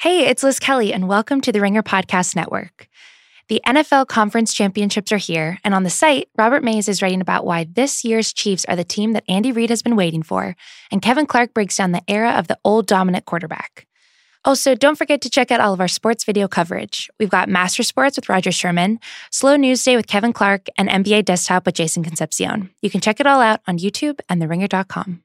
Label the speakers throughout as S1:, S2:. S1: Hey, it's Liz Kelly, and welcome to the Ringer Podcast Network. The NFL Conference Championships are here, and on the site, Robert Mays is writing about why this year's Chiefs are the team that Andy Reid has been waiting for, and Kevin Clark breaks down the era of the old dominant quarterback. Also, don't forget to check out all of our sports video coverage. We've got Master Sports with Roger Sherman, Slow News Day with Kevin Clark, and NBA Desktop with Jason Concepcion. You can check it all out on YouTube and theringer.com.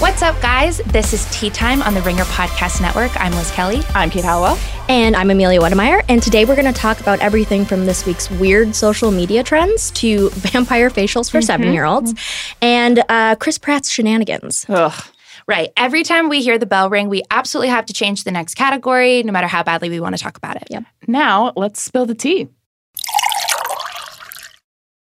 S1: What's up, guys? This is Tea Time on the Ringer Podcast Network. I'm Liz Kelly.
S2: I'm Kate Howell.
S3: And I'm Amelia Wedemeyer, and today we're going to talk about everything from this week's weird social media trends to vampire facials for
S2: Mm-hmm.
S3: seven year olds and uh, Chris Pratt's shenanigans.
S2: Ugh.
S1: Right. Every time we hear the bell ring, we absolutely have to change the next category, no matter how badly we want to talk about it.
S3: Yep.
S2: Now let's spill the tea.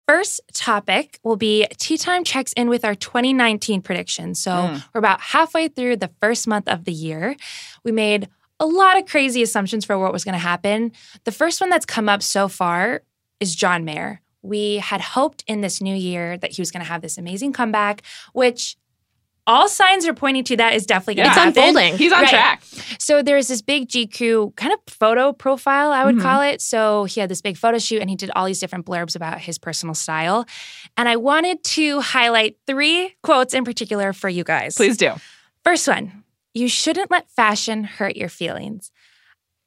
S1: First topic will be Tea Time checks in with our 2019 predictions. So we're about halfway through the first month of the year. We made a lot of crazy assumptions for what was going to happen. The first one that's come up so far is John Mayer. We had hoped in this new year that he was going to have this amazing comeback, which all signs are pointing to that is definitely going to
S2: Yeah.
S3: It's
S1: happen.
S3: unfolding.
S2: He's on
S1: Right.
S2: track.
S1: So there's this big GQ kind of photo profile, I would call it. So he had this big photo shoot and he did all these different blurbs about his personal style. And I wanted to highlight three quotes in particular for you guys.
S2: Please do.
S1: First one You shouldn't let fashion hurt your feelings.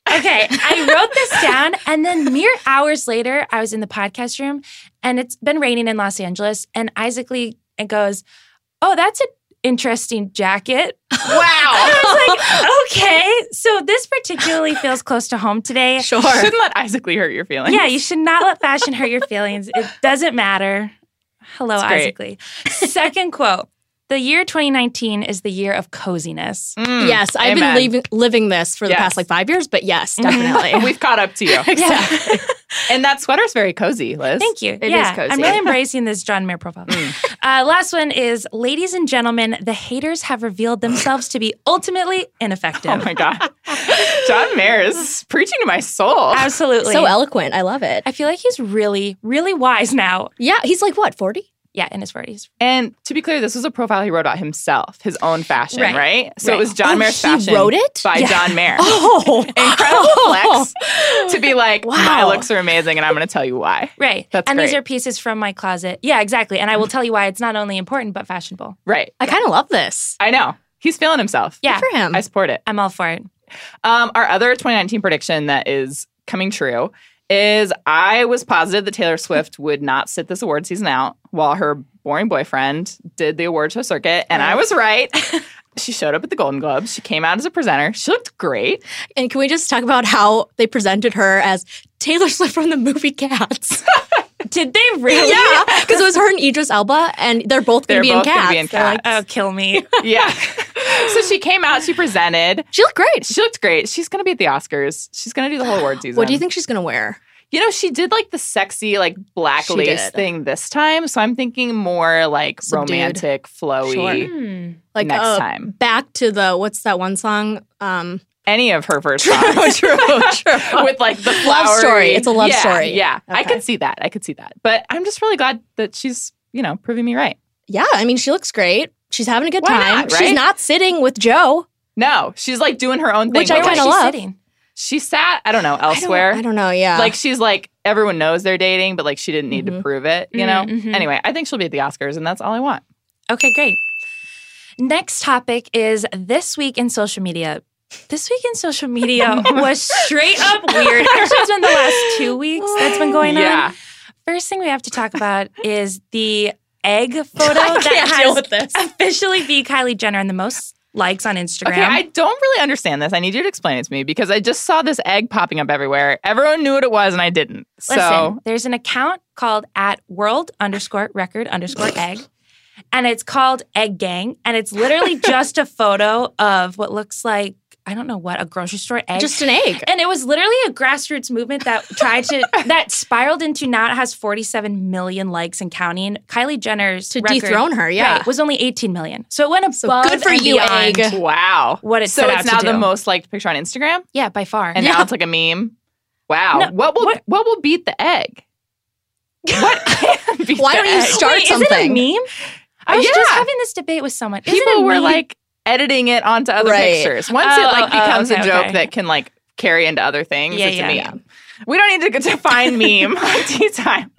S1: Okay, I wrote this down, and then mere hours later, I was in the podcast room, and it's been raining in Los Angeles. And Isaac Lee goes, "Oh, that's an interesting jacket."
S2: Wow.
S1: I was like, okay, so this particularly feels close to home today.
S3: Sure.
S2: Shouldn't let Isaac Lee hurt your feelings.
S1: Yeah, you should not let fashion hurt your feelings. It doesn't matter. Hello,
S2: It's great.
S1: Isaac Lee. Second quote The year 2019 is the year of coziness.
S2: Mm.
S3: Yes, I've been
S2: Amen.
S3: leaving, living this for the
S2: Yes. Mm-hmm.
S3: past like five years, but yes,
S1: Mhm.
S3: definitely.
S2: We've caught up to you.
S3: Exactly.
S2: And that sweater's very cozy, Liz.
S1: Thank you.
S2: It is
S1: yeah,
S2: cozy. Mm.
S1: I'm really embracing this John Mayer profile. Uh, last one is Ladies and gentlemen, the haters have revealed themselves to be ultimately ineffective.
S2: Oh my God. John Mayer is preaching to my soul.
S1: Absolutely.
S3: so eloquent. I love it.
S1: I feel like he's really, really wise now.
S3: Yeah, he's like, what, 40?
S1: Yeah, in his 40s.
S2: And to be clear, this was a profile he wrote about himself, his own fashion,
S1: Right.
S2: right? So
S1: Right.
S2: it was John
S3: Oh,
S2: Mayer's
S3: he
S2: fashion.
S3: wrote it?
S2: by
S1: Yeah.
S2: John Mayer.
S3: Oh,
S2: Incredible flex to be like, my
S3: Wow.
S2: looks are amazing, and I'm going to tell you why.
S1: Right.
S2: That's
S1: and these
S2: great.
S1: are pieces from my closet. Yeah, exactly. And I
S3: Mm.
S1: will tell you why it's not only important but fashionable.
S2: Right.
S3: I kind of love this.
S2: I know. He's feeling himself.
S1: Yeah.
S3: Good for him.
S2: I support it.
S1: I'm all for it.
S2: Um, our other 2019 prediction that is coming true is I was positive that Taylor Swift would not sit this award season out while her boring boyfriend did the award show circuit, and I was right. she showed up at the Golden Globes. She came out as a presenter. She looked great.
S3: and can we just talk about how they presented her as Taylor Swift from the movie Cats?
S1: Did they really?
S3: yeah, because it was her and Idris Elba, and they're both going to
S2: They're
S3: be in
S2: both gonna
S3: Cats.
S2: be in
S3: They're like,
S1: Oh,
S2: Cats.
S1: kill me.
S2: Yeah. so she came out. She presented.
S3: she looked great.
S2: She looked great. She's gonna be at the Oscars. She's gonna do the whole award season.
S3: What do you think she's going to wear?
S2: You know, she did like the sexy, like black
S3: She
S2: lace
S3: did.
S2: thing this time. So I'm thinking more like
S3: Subdued.
S2: romantic, flowy
S1: Hmm.
S3: Like
S2: next
S3: uh,
S2: time.
S3: back to the what's that one song? Um,
S2: any of her first songs.
S3: true, true.
S2: With like the flowery.
S3: Love story. It's a love
S2: Yeah,
S3: story.
S2: Yeah, I
S3: Okay.
S2: could see that. I could see that. But I'm just really glad that she's, you know, proving me right.
S3: yeah, I mean, she looks great. She's having a good
S2: Why
S3: time.
S2: not,
S3: She's
S2: right?
S3: not sitting with Joe.
S2: No, she's like doing her own thing.
S3: Which I
S2: Like,
S1: Where was
S3: kinda
S1: she
S3: love.
S1: sitting?
S2: She sat, I don't know,
S3: I don't-
S2: elsewhere.
S3: I don't, know. Yeah,
S2: Like she's like, everyone knows they're dating, but like she didn't need to
S3: Mhm.
S2: prove it, you
S1: Mm,
S2: know?
S1: mhm.
S2: Anyway, I think she'll be at the Oscars and that's all I want.
S1: Okay, great. Next topic is this week in social media. This week in social media was straight up weird. Actually, it's been the last two weeks that's been going on.
S2: yeah.
S1: First thing we have to talk about is the egg photo
S3: I
S1: that
S3: can't deal
S1: has
S3: with this.
S1: officially be Kylie Jenner and the most likes on Instagram.
S2: Okay, I don't really understand this. I need you to explain it to me because I just saw this egg popping up everywhere. Everyone knew what it was and I didn't.
S1: Listen,
S2: so
S1: there's an account called at world underscore record underscore egg, and it's called Egg Gang, and it's literally just a photo of what looks like I don't know what a grocery store egg.
S3: just an egg.
S1: and it was literally a grassroots movement that tried to that spiraled into now it has 47 million likes and counting. Kylie Jenner's
S3: To
S1: record,
S3: dethrone her, yeah.
S1: right, was only 18 million, so it went above
S3: So good for
S1: and
S3: you,
S1: beyond.
S3: egg.
S2: wow.
S1: What it
S2: so
S1: set
S2: it's
S1: out to
S2: now
S1: do.
S2: the most liked picture on Instagram.
S1: Yeah, by far.
S2: and
S3: Yeah.
S2: now it's like a meme. Wow.
S1: No,
S2: what will
S1: what-
S2: what, will beat the egg? What can beat
S3: Why
S2: the
S3: don't you
S2: egg?
S3: start
S1: Wait,
S3: something?
S1: Isn't it a meme? I was
S2: Yeah.
S1: just having this debate with someone. Isn't it
S2: People
S1: a
S2: were
S1: meme?
S2: like editing it onto other
S3: Right.
S2: pictures. Once
S1: Oh,
S2: it like
S1: oh,
S2: becomes
S1: okay,
S2: a joke
S1: okay.
S2: that can like carry into other things,
S1: Yeah,
S2: it's
S1: yeah.
S2: a meme. We don't need to define meme on tea time.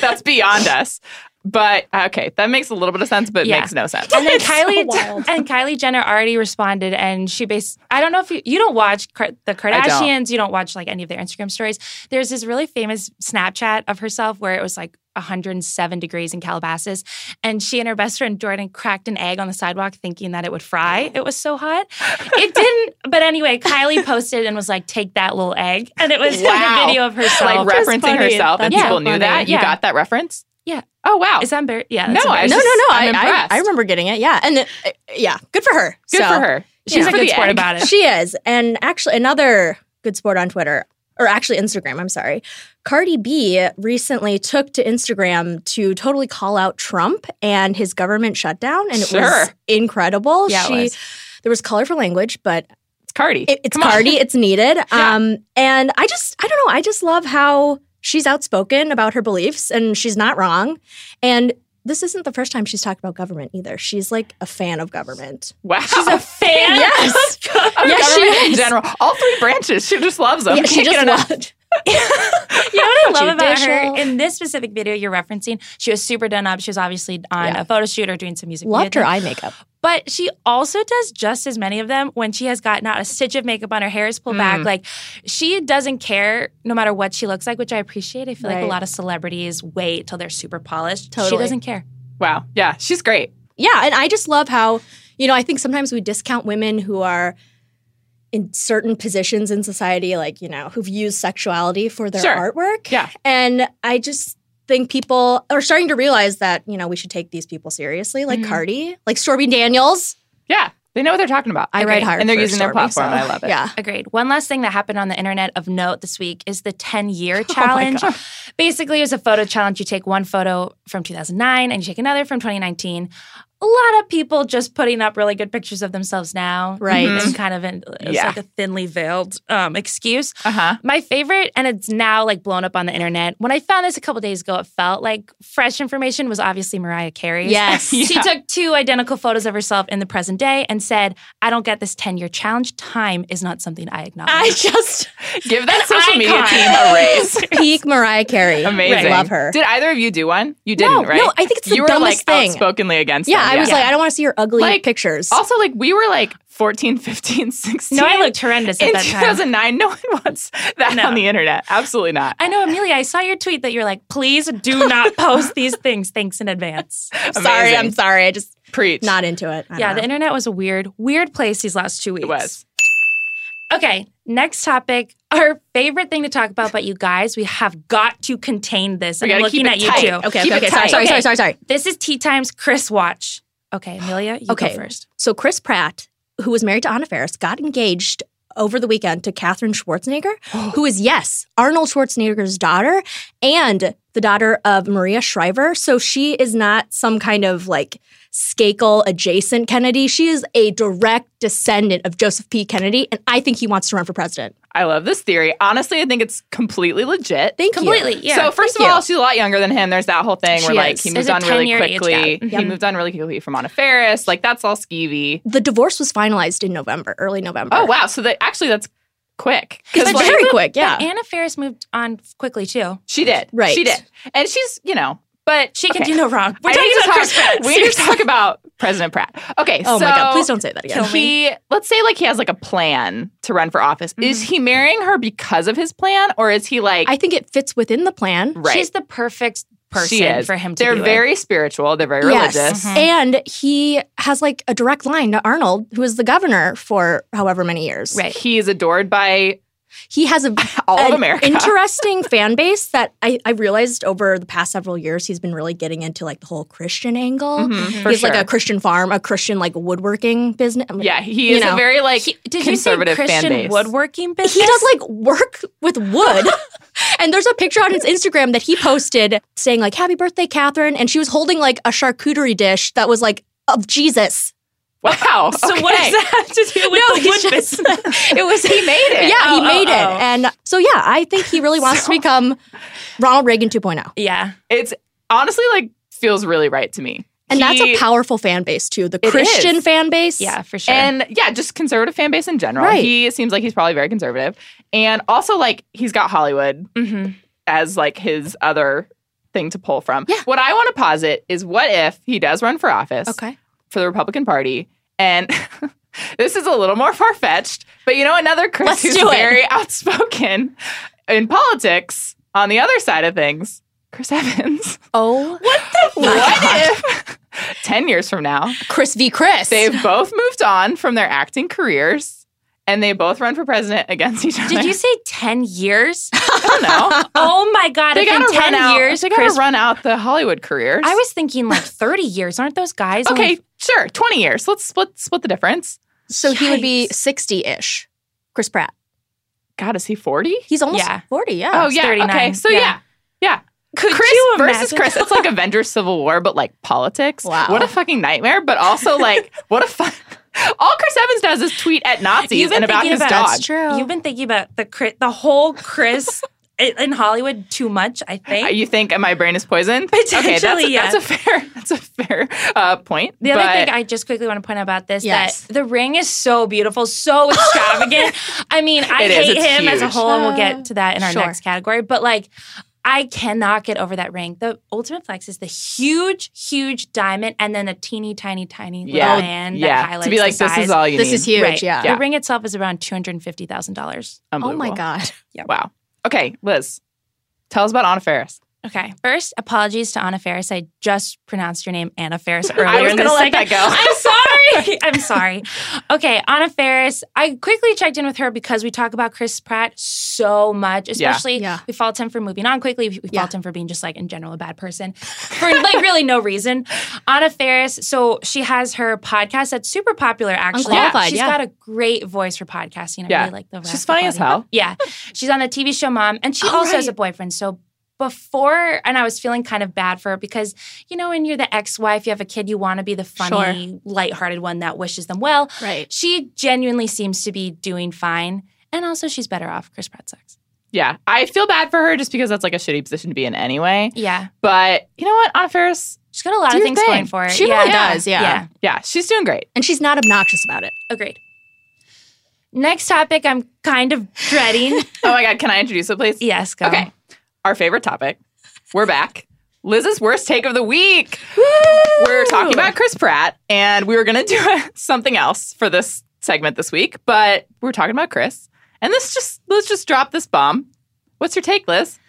S2: That's beyond us. But okay, that makes a little bit of sense, but it
S1: Yeah.
S2: makes no sense.
S1: and then
S3: It's so
S1: Kylie
S3: wild.
S1: and Kylie Jenner already responded, and she based. I don't know if you you don't watch Kar- the
S2: don't.
S1: Kardashians, you don't watch like any of their Instagram stories. There's this really famous Snapchat of herself where it was like 107 degrees in Calabasas, and she and her best friend Jordan cracked an egg on the sidewalk, thinking that it would fry.
S2: Oh.
S1: It was so hot, it didn't. But anyway, Kylie posted and was like, "Take that little egg," and it was
S2: Wow.
S1: a video of
S2: like
S1: herself.
S3: That's
S2: referencing
S3: funny.
S2: herself and
S1: That's
S2: people
S3: so
S2: knew
S3: funny.
S2: that. You
S1: Yeah.
S2: got that reference?
S1: Yeah.
S2: Oh wow.
S1: Is that embar- yeah?
S2: No,
S1: that's
S2: I
S1: embarrassing.
S2: It's
S3: No, no, no.
S2: just- I'm
S3: I,
S2: impressed.
S3: I, I remember getting it. Yeah. And it, uh, yeah, good for her.
S2: good
S3: So,
S2: for her.
S1: She's
S3: Yeah.
S1: a
S2: For
S1: good
S2: the
S1: sport
S2: egg.
S1: about it.
S3: She is. And actually, another good sport on Twitter, or actually Instagram, I'm sorry. Cardi B recently took to Instagram to totally call out Trump and his government shutdown. And it
S2: Sure.
S3: was incredible.
S1: Yeah, it
S3: she,
S1: was.
S3: there was colorful language, but
S2: It's Cardi.
S3: it, it's
S2: Come on.
S3: Cardi. It's needed.
S2: Yeah.
S3: Um, and I just, I don't know. I just love how she's outspoken about her beliefs, and she's not wrong. And this isn't the first time she's talked about government either. She's like a fan of government.
S2: Wow.
S1: She's a fan.
S3: Yes.
S2: Our
S3: Yes, she
S2: government in
S3: is.
S2: general. All three branches. She just loves them.
S3: Yeah, she
S2: Can't get
S3: just
S2: enough.
S3: loved.
S1: You know what I love about her
S3: Judicial.
S1: in this specific video you're referencing? She was super done up. She was obviously on
S3: Yeah.
S1: a photo shoot or doing some music.
S3: Loved
S1: video
S3: her
S1: thing.
S3: eye makeup.
S1: but she also does just as many of them when she has got not a stitch of makeup on. Her hair is pulled back.
S2: Mm.
S1: Like she doesn't care no matter what she looks like, which I appreciate. I feel like a
S3: Right.
S1: lot of celebrities wait till they're super polished. She
S3: Totally.
S1: doesn't care.
S2: Wow. Yeah. She's great.
S3: Yeah, and I just love how you know I think sometimes we discount women who are in certain positions in society, like you know who've used sexuality for their
S2: Sure.
S3: artwork.
S2: Yeah.
S3: and I just think people are starting to realize that you know we should take these people seriously, like
S2: Mm-hmm.
S1: Mhm.
S3: Cardi, like Stormy Daniels.
S2: Yeah. They know what they're talking about.
S3: I
S1: Agreed.
S3: write hard,
S2: And they're
S3: for
S2: using their
S3: Stormy,
S2: platform.
S3: so-
S2: I love it.
S3: Yeah,
S1: Agreed. One last thing that happened on the internet of note this week is the 10 year
S2: Oh my
S1: challenge.
S2: God.
S1: Basically, it was a photo challenge. You take one photo from 2009 and you take another from 2019. A lot of people just putting up really good pictures of themselves now.
S3: Right.
S1: It's kind of an, it's
S2: Mm-hmm. Yeah.
S1: like a thinly veiled um, excuse.
S2: Uh-huh.
S1: My favorite, and it's now like blown up on the internet. When I found this a couple days ago, it felt like fresh information was obviously Mariah Carey.
S3: Yes.
S1: She took two identical photos of herself in the present day and said, I don't get this 10 year challenge. Time is not something I acknowledge.
S3: I just
S2: Give that
S1: An
S2: social media
S1: icon.
S2: team a raise.
S3: peak Mariah Carey.
S2: Amazing.
S3: love her.
S2: Did either of you do one? You
S3: no,
S2: didn't, right?
S3: no, I think it's the
S2: you were like
S3: dumbest thing.
S2: outspokenly against
S3: Yeah,
S2: them.
S3: I was like, I don't want to see your ugly
S2: Like,
S3: pictures.
S2: Also, like we were like 14, 15, 16.
S1: no, I looked horrendous at
S2: in
S1: that time.
S2: 2009. No one wants that
S1: No.
S2: on the internet. Absolutely not.
S1: I know, Amelia, I saw your tweet that you're like, please do not post these things. Thanks in advance.
S2: Amazing.
S3: sorry, I'm sorry. I just
S2: preach.
S3: not into it. I don't
S1: Yeah,
S3: know.
S1: the internet was a weird, weird place these last two weeks.
S2: it was.
S1: Okay, next topic. Our favorite thing to talk about, but you guys, we have got to contain this.
S2: We
S1: And I'm
S2: gotta keep
S1: looking at
S2: it
S1: you
S2: tight.
S1: two.
S3: Okay,
S2: Keep
S3: okay, okay.
S2: it
S3: Sorry,
S2: tight.
S3: sorry,
S1: Okay.
S3: sorry, sorry, sorry.
S1: This is Tea Time's Chris Watch. Okay, Amelia, you
S3: Okay.
S1: go first.
S3: So Chris Pratt, who was married to Anna Faris, got engaged over the weekend to Katherine Schwarzenegger, who is yes Arnold Schwarzenegger's daughter and the daughter of Maria Shriver. So she is not some kind of like Skakel adjacent Kennedy. She is a direct descendant of Joseph P. Kennedy, and I think he wants to run for president.
S2: I love this theory. Honestly, I think it's completely legit.
S3: Thank
S1: Completely,
S3: you.
S1: yeah.
S2: so first
S3: thank
S2: of all,
S3: you.
S2: she's a lot younger than him. There's that whole thing where
S3: She
S2: like
S3: is.
S2: he
S1: There's
S2: moved
S1: a
S2: on really
S1: 10-year age
S2: quickly.
S1: gap.
S2: He moved on really quickly from Anna Ferris. Like that's all skeevy.
S3: The divorce was finalized in November, early November.
S2: Oh wow. So that actually that's quick.
S3: It's
S1: But
S2: like,
S3: very
S1: she-
S3: quick, yeah.
S1: But Anna Ferris moved on quickly too.
S2: she did.
S3: Right.
S2: She did. And she's, you know, but
S1: She can
S2: okay.
S1: do no wrong. We're
S2: I
S1: talking
S2: need to
S1: about
S2: talk-
S1: Chris Pratt.
S2: We need to talk about President Pratt. Okay.
S3: Oh my
S2: so-
S3: god! Please don't say that again.
S1: Kill me. Mm-hmm.
S2: he let's say like he has like a plan to run for office is he marrying her because of his plan or is he like
S3: I think it fits within the plan.
S2: right
S1: She's the perfect person
S2: she is.
S1: for him to
S2: they're
S1: be with.
S2: very spiritual they're very religious
S1: Mhm.
S3: And he has like a direct line to Arnold, who is the governor for however many years.
S1: Right.
S2: he is adored by
S3: He has a
S2: all
S3: an
S2: of america
S3: interesting fan base that I, I realized over the past several years he's been really getting into like the whole Christian angle.
S2: Mhm, for
S3: he has like
S2: sure.
S3: a Christian farm, a Christian like woodworking business. I mean,
S2: yeah he
S3: you
S2: is
S3: know.
S2: a very like
S1: He- did you say
S2: conservative fan
S1: Christian
S2: base
S1: woodworking business?
S3: He does like work with wood. and there's a picture on his Instagram that he posted saying like happy birthday Catherine and she was holding like a charcuterie dish that was like of Jesus.
S2: Wow.
S4: So what does
S2: okay.
S4: that have to do with
S3: No,
S4: the
S3: he's
S4: wood
S3: just-
S4: business?
S2: It was he made it.
S3: Yeah,
S4: Oh,
S3: he made
S4: oh,
S3: it.
S4: oh.
S3: And so, yeah, I think he really wants to become Ronald Reagan oh. 2.0.
S4: yeah.
S2: It's honestly like feels really right to me.
S3: And that's
S2: He-
S3: a powerful fan base, too. The
S2: It
S3: Christian
S2: is.
S3: fan base.
S1: Yeah, for sure.
S2: And yeah, just conservative fan base in general.
S3: Right.
S2: He seems like he's probably very conservative. And also like he's got Hollywood
S1: hmm
S2: as like his other thing to pull from.
S3: Yeah.
S2: What I want to posit is what if he does run for office
S3: Okay.
S2: for the Republican Party and this is a little more far fetched, but you know another Chris
S3: Let's
S2: who's
S3: do it.
S2: very outspoken in politics on the other side of things, Chris Evans.
S3: Oh,
S2: what if 10 years from now
S3: Chris v. Chris.
S2: They've both moved on from their acting careers and they both run for president against each other.
S1: Did you say 10 years?
S2: I don't know.
S1: oh my God.
S2: they
S1: if in
S2: gotta
S1: 10
S2: run out.
S1: years,
S2: they gotta
S1: Chris,
S2: run out the Hollywood careers.
S1: I was thinking like 30 years. Aren't those guys? only-
S2: okay. Sure, twenty years. Let's split split the difference.
S3: so he would be
S1: Yikes.
S3: 60 ish. Chris Pratt.
S2: God, is he forty?
S3: He's almost
S1: Yeah.
S3: 40. Yeah.
S2: Oh
S1: he's
S2: yeah.
S1: 39.
S2: Okay. So
S1: Yeah.
S2: yeah, yeah.
S1: Could
S2: Chris
S1: you
S2: versus
S1: imagine?
S2: Chris. It's like Avengers Civil War, but like politics.
S3: Wow.
S2: What a fucking nightmare. But also like what a fun. All Chris Evans does is tweet at Nazis
S1: You've been
S2: and about
S1: thinking
S2: his
S1: about-
S2: dog.
S3: That's true.
S1: You've been thinking about the Chris, the whole Chris i- in Hollywood too much, I
S2: Uh,
S1: think.
S2: You think my brain is poisoned? okay, that's,
S1: Potentially, yeah.
S2: that's a fair that's a fair uh, point.
S1: The other
S2: but
S1: thing I just quickly want to point out about this
S3: Yes.
S1: that the ring is so beautiful, so extravagant. I mean, I
S2: It is,
S1: hate
S2: it's
S1: him as a
S2: huge.
S1: whole, and we'll
S3: Uh,
S1: get to that in our
S3: sure.
S1: next category. But like, I cannot get over that ring. The ultimate flex is the huge, huge diamond, and then a teeny tiny, tiny
S2: Yeah.
S1: little band that
S2: yeah,
S1: highlights
S2: to be like
S1: the
S2: this
S1: size.
S2: is all you
S3: this
S2: need.
S3: is huge.
S1: Right.
S3: Yeah.
S2: Yeah.
S1: The ring itself is around two hundred fifty thousand dollars.
S3: Oh my
S2: Unbelievable.
S3: God.
S2: Wow. Okay, Liz, tell us about Anna Ferris.
S1: Okay. First, apologies to Anna Ferris. I just pronounced your name Anna Ferris earlier.
S2: I was
S1: in
S2: gonna
S1: this
S2: let
S1: segment.
S2: that go.
S1: I'm sorry. I'm sorry. Okay, Anna Ferris. I quickly checked in with her because we talk about Chris Pratt so much, especially
S3: Yeah.
S1: we fault him for moving on quickly. We, we
S3: Yeah.
S1: fault him for being just like in general a bad person for like really no reason. Anna Ferris. So she has her podcast that's super popular. Actually,
S3: Unqualified,
S1: She's
S3: yeah.
S1: got a great voice for podcasting. I
S2: Yeah.
S1: really like the.
S2: She's
S1: rap
S2: funny as
S1: quality.
S2: hell.
S1: Yeah. She's on the TV show Mom, and she
S3: Oh,
S1: also has
S3: right.
S1: a boyfriend. So before, and I was feeling kind of bad for her because, you know, when you're the ex wife, you have a kid, you want to be the funny, lighthearted one that wishes them well.
S3: Right.
S1: She genuinely seems to be doing fine. And also, she's better off. Chris Pratt sucks.
S2: Yeah, I feel bad for her just because that's like a shitty position to be in anyway.
S1: Yeah.
S2: But you know what, Anna Ferris?
S1: She's got a lot
S2: Do
S1: of
S2: your
S1: things
S2: thing.
S1: going for her.
S3: She
S1: yeah.
S3: really does. Yeah.
S1: yeah.
S2: Yeah, she's doing great.
S3: And she's not obnoxious about it.
S1: Agreed. Next topic, I'm kind of dreading.
S2: Oh my God, can I introduce it, please?
S1: yes, go.
S2: Okay, our favorite topic. We're back. Liz's worst take of the week. We're talking about Chris Pratt, and we were going to do something else for this segment this week, but we're talking about Chris. And let's just let's just drop this bomb. What's your take, Liz?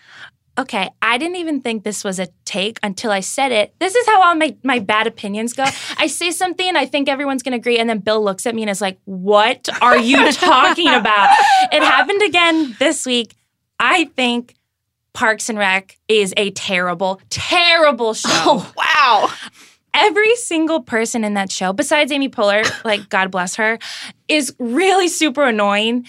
S1: Okay, I didn't even think this was a take until I said it. This is how all my, my bad opinions go. I say something and I think everyone's gonna agree, and then Bill looks at me and is like, What are you talking about? It happened again this week. I think Parks and Rec is a terrible, terrible show.
S2: Wow.
S1: Every single person in that show, besides Amy Poehler, like God bless her, is really super annoying.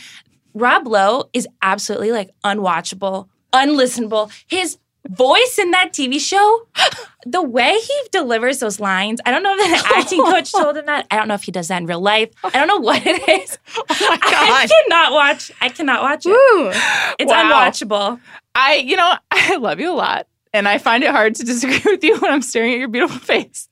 S1: Rob Lowe is absolutely like unwatchable, unlistenable. His voice in that TV show, the way he delivers those lines, I don't know if the acting coach told him that. I don't know if he does that in real life. I don't know what it is. I
S2: God.
S1: cannot watch. I cannot watch it. It's
S2: Wow.
S1: unwatchable.
S2: I, you know, I love you a lot, and I find it hard to disagree with you when I'm staring at your beautiful face.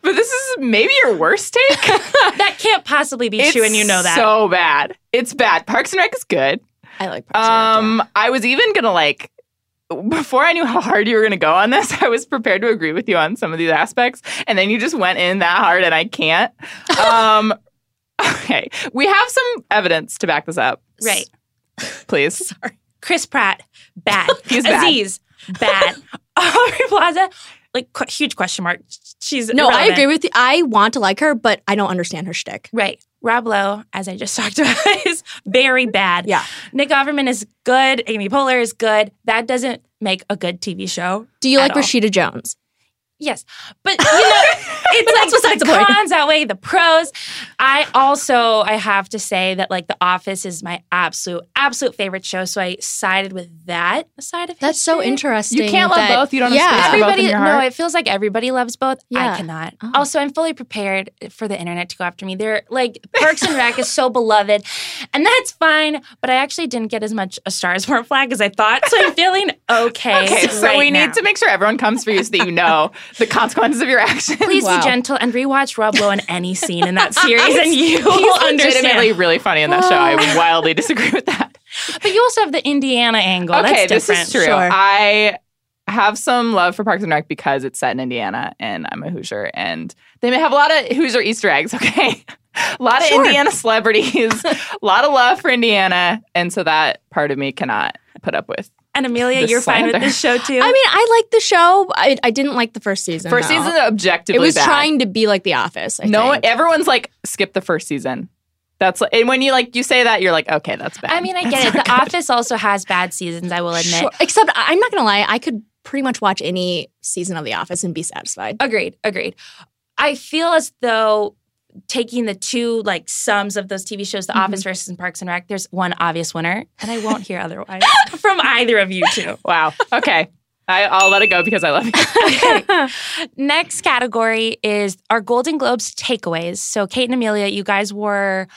S2: But this is maybe your worst take.
S1: That can't possibly be true, and you know that.
S2: So bad. It's bad. Parks and Rec is good.
S3: I like Parks and Rec,
S2: Um, I was even gonna like before I knew how hard you were gonna go on this, I was prepared to agree with you on some of these aspects, and then you just went in that hard, and I can't. Um, okay, we have some evidence to back this up,
S1: right.
S2: Please,
S1: Chris Pratt, bad.
S2: He's bad.
S1: Aziz, bad. Aubrey Plaza, like qu- huge question mark. She's
S3: yeah. No, I
S1: irrelevant.
S3: agree with you. I want to like her, but I don't understand her shtick.
S1: Right. Rob Lowe, as I just talked about, is very bad.
S3: Yeah.
S1: Nick Offerman is good. Amy Poehler is good. That doesn't make a good TV show.
S3: Do you
S1: At
S3: like
S1: all.
S3: Rashida Jones?
S1: Yes, but you know, it's
S3: But
S1: like
S3: that's besides
S1: the
S3: the point.
S1: cons outweigh the pros. I also I have to say that like The Office is my absolute absolute favorite show, so I sided with that side of
S3: That's so
S1: history.
S3: interesting.
S2: You can't love
S3: that-
S2: both. You don't have
S3: yeah.
S2: space for both in
S1: Everybody,
S2: your
S1: no,
S2: heart.
S1: it feels like everybody loves both. I
S3: Yeah.
S1: cannot.
S3: Oh.
S1: Also, I'm fully prepared for the internet to go after me. They're like Parks and Rec is so beloved, and that's fine. But I actually didn't get as much a Star is Born flag as I thought, so I'm feeling okay.
S2: Okay, so
S1: right
S2: we
S1: now.
S2: need to make sure everyone comes for you so that you know the consequences of your actions.
S1: Please
S3: Wow.
S1: be gentle and rewatch Rob Lowe in any scene in that series, and you will
S2: He's legitimately
S1: understand.
S2: really funny in that show. I wildly disagree with that.
S1: But you also have the Indiana angle.
S2: Okay,
S1: That's
S2: this
S1: different.
S2: is true.
S3: Sure.
S2: I have some love for Parks and Rec because it's set in Indiana and I'm a Hoosier and they may have a lot of Hoosier Easter eggs, okay? a lot of
S3: Sure.
S2: Indiana celebrities, a lot of love for Indiana. And so that part of me cannot put up with.
S1: And Amelia,
S2: This
S1: you're fine with
S2: slander.
S1: this show too.
S3: I mean, I liked the show. I, I didn't like the first season.
S2: First
S3: though.
S2: season objectively
S3: it was
S2: bad.
S3: trying to be like The Office. I
S2: no,
S3: think.
S2: everyone's like skip the first season. That's like, and when you like you say that you're like okay that's bad.
S1: I mean, I
S2: That's
S1: get it. The
S2: not good.
S1: Office also has bad seasons. I will admit.
S3: Sure. Except I- I'm not gonna lie, I could pretty much watch any season of The Office and be satisfied.
S1: Agreed. Agreed. I feel as though taking the two like sums of those TV shows, The
S3: Mhm.
S1: Office versus Parks and Rec, there's one obvious winner, and I won't hear otherwise from either of you two.
S2: Wow. Okay. I, I'll let it go because I love you.
S1: Next category is our Golden Globes takeaways. So, Kate and Amelia, you guys were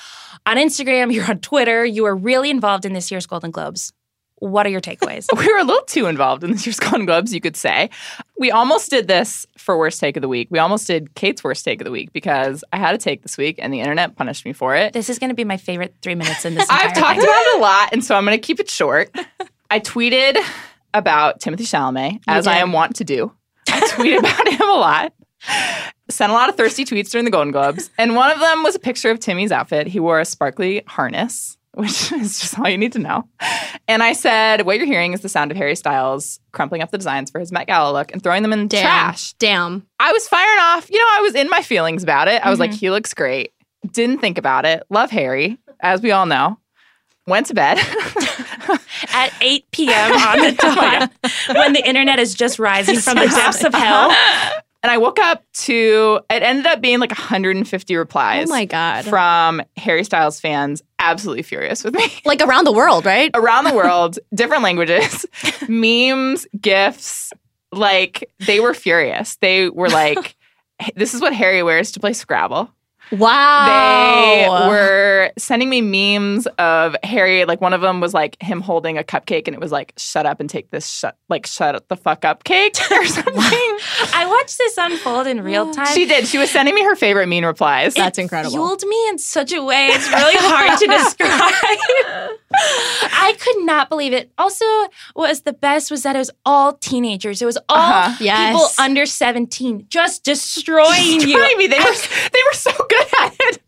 S1: on Instagram, you're on Twitter, you were really involved in this year's Golden Globes. What are your takeaways?
S2: we were a little too involved in this year's Golden Globes, you could say. We almost did this for worst take of the week. We almost did Kate's worst take of the week because I had a take this week and the internet punished me for it.
S1: this is going to be my favorite three minutes in this.
S2: I've
S1: entire
S2: talked
S1: thing.
S2: about it a lot, and so I'm going to keep it short. I tweeted about Timothy Chalamet, as I
S3: did.
S2: am wont to do. I tweet about him a lot. Sent a lot of thirsty tweets during the Golden Globes, and one of them was a picture of Timmy's outfit. He wore a sparkly harness, which is just all you need to know. And I said, "What you're hearing is the sound of Harry Styles crumpling up the designs for his Met Gala look and throwing them in the
S3: Damn.
S2: trash."
S3: Damn.
S2: I was firing off. You know, I was in my feelings about it. I was
S3: Mm-hmm.
S2: like, he looks great. Didn't think about it. Love Harry, as we all know. Went to bed.
S1: at 8 p.m. on the dot when the internet is just rising from the depths of hell.
S2: and I woke up to, it ended up being like 150
S3: Oh
S2: replies
S3: my god.
S2: from Harry Styles fans, absolutely furious with me.
S3: like around the world, right?
S2: Around the world, different languages, memes, gifs. Like, they were furious. They were like, this is what Harry wears to play Scrabble. they
S3: Wow.
S2: were sending me memes of Harry. Like one of them was like him holding a cupcake, and it was like "Shut up and take this shut like shut the fuck up cake" or something.
S1: I watched this unfold in real time.
S2: she did. She was sending me her favorite mean replies.
S3: That's incredible.
S1: fueled me in such a way. It's really hard to describe. I could not believe it. Also, what was the best was that it was all teenagers. It was all
S2: Uh-huh.
S3: Yes.
S1: people under 17 just destroying you.
S2: Destroying me. They were they were so good at it.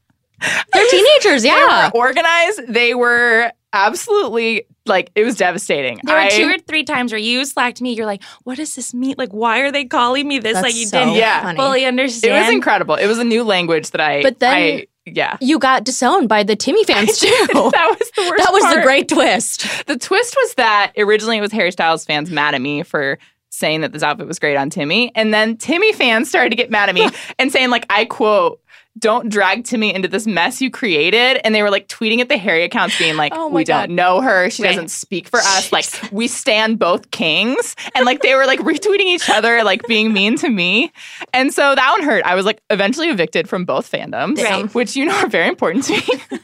S3: They're teenagers, yeah.
S2: They were organized. They were absolutely like it was devastating.
S1: There were
S2: I-
S1: two or three times where you slacked me. You're like, what does this mean? Like, why are they calling me this?
S3: That's
S1: like, you
S3: so
S1: didn't
S2: Yeah.
S3: funny.
S1: fully
S2: It
S1: understand.
S2: was incredible. It was a new language that I.
S3: But then-
S2: I- yeah,
S3: You got disowned by the Timmy fans too.
S2: that was the worst.
S3: That was the
S2: part.
S3: great twist.
S2: The twist was that originally it was Harry Styles fans mad at me for saying that this outfit was great on Timmy, and then Timmy fans started to get mad at me and saying like, I quote. Don't drag Timmy into this mess you created. And they were like tweeting at the Harry accounts, being like,
S3: Oh my
S2: "We
S3: God.
S2: don't know her. She
S1: Right.
S2: doesn't speak for us. Like, we stand both kings." And like they were like retweeting each other, like being mean to me. And so that one hurt. I was like eventually evicted from both fandoms,
S1: Damn.
S2: which you know are very important to me.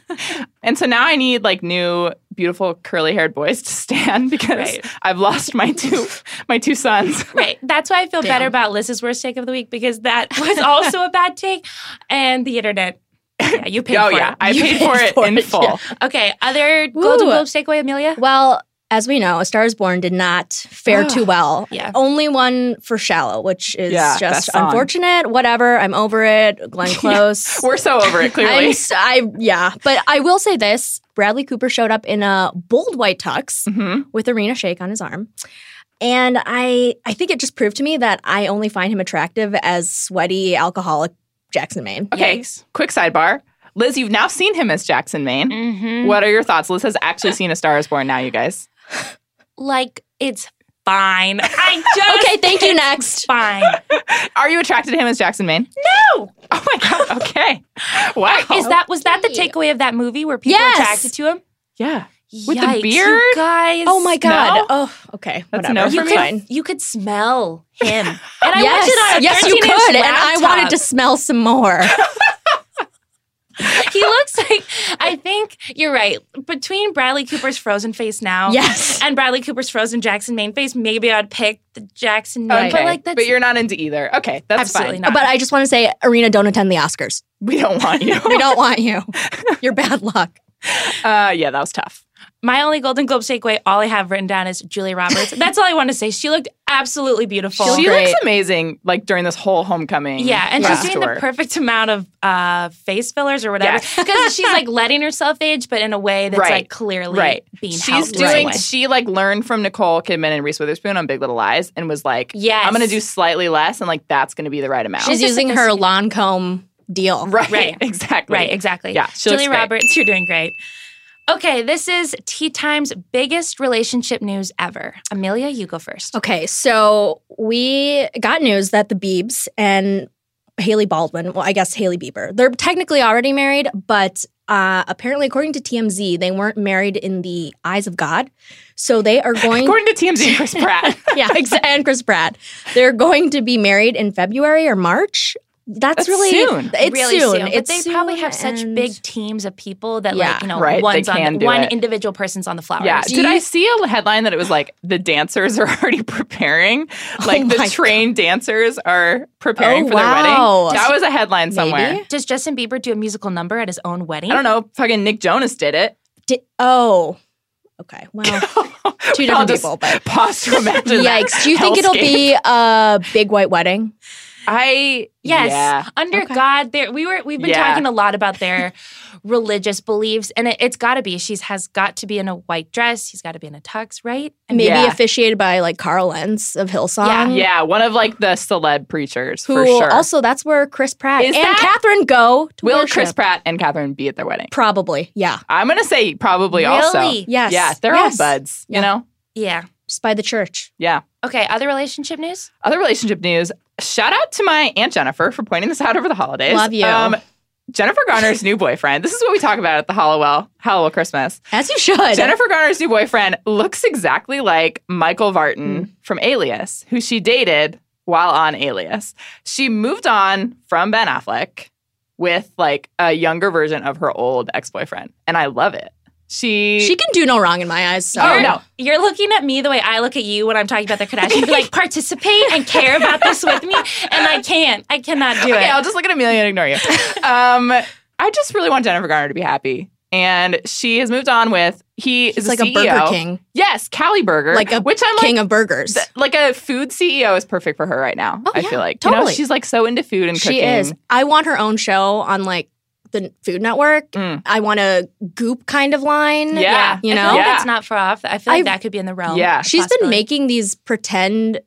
S2: And so now I need like new beautiful curly haired boys to stand because
S1: Right.
S2: I've lost my two my two sons.
S1: Right. That's why I feel
S3: Damn.
S1: better about Liz's worst take of the week because that was also a bad take. And the internet. Yeah, you paid
S2: oh
S1: for
S2: yeah,
S1: it.
S2: I
S3: You
S2: paid, for it in full.
S3: yeah.
S1: Okay. Other Golden
S3: Ooh.
S1: Globes takeaway, Amelia?
S3: Well, as we know, A Star is Born did not fare
S2: Ugh.
S3: too well.
S1: Yeah.
S3: Only one for Shallow, which is
S2: Yeah,
S3: just
S2: best song.
S3: unfortunate. Whatever. I'm over it. Glenn Close.
S2: We're so over it.
S3: I'm,
S2: Clearly,
S3: s- I yeah, but I will say this: Bradley Cooper showed up in a bold white tux
S2: Mhm.
S3: with a Rena Shake on his arm, and I I think it just proved to me that I only find him attractive as sweaty alcoholic Jackson Maine.
S2: okay.
S1: Yikes.
S2: Quick sidebar, Liz, you've now seen him as Jackson Maine.
S1: Mm-hmm.
S2: What are your thoughts? Liz has actually seen A Star Is Born now, you guys.
S1: Like, it's fine. I just
S3: Okay, thank you. Next.
S1: fine.
S2: Are you attracted to him as Jackson Maine?
S1: No,
S2: Oh my god. Okay. Wow.
S1: is that was that the
S3: Okay.
S1: takeaway of that movie where people
S3: Yes.
S1: are attracted to him?
S2: yeah? With the
S1: Yikes, you
S2: beard?
S1: guys.
S3: Oh my god.
S2: No.
S3: Oh, okay.
S2: That's
S3: Whatever.
S2: no
S1: You
S2: for
S1: could,
S2: me.
S1: you could smell him, and I
S3: yes.
S1: watched it on a
S3: yes, you
S1: 13 -inch
S3: could, and I wanted
S1: laptop.
S3: to smell some more.
S1: he looks like I think you're right. Between Bradley Cooper's frozen face
S3: Oh.
S1: now
S3: yes.
S1: and Bradley Cooper's frozen Jackson Maine face, maybe I'd pick the Jackson Maine.
S2: Okay.
S1: But like that's
S2: but you're not into either. Okay, that's
S1: absolutely
S2: fine.
S1: not.
S3: But I just want to say, Arena, don't attend the Oscars.
S2: We don't want you.
S3: We don't want you. You're bad luck.
S2: uh, yeah, that was tough.
S1: my only Golden Globe takeaway, all I have written down is Julia Roberts. that's all I want to say. She looked absolutely beautiful.
S3: She'll
S2: she
S3: be great.
S2: looks amazing. Like during this whole homecoming.
S1: yeah, and
S3: Yeah.
S1: she's doing the perfect amount of uh, face fillers or whatever
S2: Yes.
S1: because she's like letting herself age, but in a way that's
S2: Right.
S1: like clearly
S2: Right.
S1: being
S2: She's
S1: helped in some
S2: doing.
S1: way.
S2: She like learned from Nicole Kidman and Reese Witherspoon on Big Little Lies, and was like,
S1: Yes,
S2: "I'm gonna do slightly less," and like that's gonna be the right amount.
S1: She's
S3: She's
S1: just
S3: using
S1: like a
S3: her
S1: sweet-
S3: lawn comb deal.
S2: right,
S1: Right.
S2: exactly.
S1: Right, exactly.
S2: Yeah, she looks
S1: Julie
S2: great.
S1: Roberts, you're doing great. Okay, this is Tea Time's biggest relationship news ever. Amelia, you go first.
S3: Okay, so we got news that the Biebs and Haley Baldwin, well, I guess Haley Bieber, they're technically already married, but uh, apparently, according to TMZ, they weren't married in the eyes of God. So they are going,
S2: According to TMZ, Chris Pratt.
S3: yeah, ex- and Chris Pratt, they're going to be married in February or March. That's,
S2: That's
S3: really
S2: soon.
S3: It's
S1: really
S3: soon.
S1: But
S3: It's
S1: they probably
S3: soon
S1: have such
S3: and-
S1: big teams of people that,
S3: Yeah.
S1: like, you know,
S2: Right, they
S1: one's on
S2: can
S1: the-
S2: do
S1: one
S2: it.
S1: individual person's on the flowers.
S2: Yeah.
S3: Do
S2: Did I
S3: you-
S2: see a headline that it was like the dancers are already preparing? Like
S3: Oh my
S2: the
S3: God.
S2: trained dancers are
S3: Oh,
S2: preparing for their
S3: wow.
S2: wedding? That was a headline somewhere.
S3: Maybe?
S1: Does Justin Bieber do a musical number at his own wedding?
S2: I don't know. Fucking Nick Jonas did it.
S3: Di- oh, okay. Well, two
S2: I'll
S3: different
S2: just
S3: people, but
S2: pause to imagine. that
S3: yikes. Do you think it'll be a big white wedding?
S2: I
S1: Yes,
S2: Yeah.
S1: under
S3: Okay.
S1: God, there we were. We've been
S2: Yeah.
S1: talking a lot about their religious beliefs, and it, it's got to be. She's has got to be in a white dress. He's got to be in a tux, right? I mean,
S3: maybe
S2: Yeah.
S3: officiated by like Carl Lentz of Hillsong.
S1: Yeah.
S2: Yeah, one of like the celeb preachers
S3: Mm. Who
S2: for sure.
S3: also that's where Chris Pratt
S2: Is
S3: and
S2: that-
S3: Catherine go to
S2: Will
S3: worship.
S2: Chris Pratt and Catherine be at their wedding?
S3: Probably, yeah,
S2: I'm gonna say probably also.
S1: Really?
S3: yes,
S2: Yeah, they're all
S3: Yes.
S2: buds,
S3: Yeah.
S2: you know?
S1: yeah.
S3: just by the church.
S2: Yeah.
S1: Okay, other relationship news.
S2: Other relationship news. Shout out to my Aunt Jennifer for pointing this out over the holidays. Um,
S3: Love you.
S2: Jennifer Garner's new boyfriend. This is what we talk about at the Hallowell Hallowell Christmas.
S3: As you should.
S2: Jennifer Garner's new boyfriend looks exactly like Michael Vartan
S3: Hmm.
S2: from Alias, who she dated while on Alias. She moved on from Ben Affleck with like a younger version of her old ex-boyfriend, and I love it. She,
S3: she can do no wrong in my eyes. So.
S2: Oh,
S1: you're,
S2: no.
S1: You're looking at me the way I look at you when I'm talking about the Kardashians. Be like, participate and care about this with me, and I can't. I cannot do
S2: Okay,
S1: it.
S2: I'll just look at Amelia and ignore you. um, I just really want Jennifer Garner to be happy. And she has moved on with he
S3: He's
S2: is
S3: like
S2: a
S3: a
S2: CEO.
S3: Burger King,
S2: Yes, Cali Burger.
S3: Like a
S2: which I'm like
S3: king of burgers.
S2: th- like a food CEO is perfect for her right now.
S3: Oh,
S2: I
S3: yeah,
S2: feel like You know,
S3: totally.
S2: she's like so into food and
S3: she
S2: cooking.
S3: is. I want her own show on like the Food Network.
S2: Mm.
S3: I want a Goop kind of line.
S2: Yeah.
S3: you
S1: I
S3: know?
S1: feel like
S2: Yeah.
S1: that's not far off. I feel like
S3: I-
S1: that could be in the realm.
S2: Yeah,
S1: of
S3: She's been
S1: possibility.
S3: making these pretend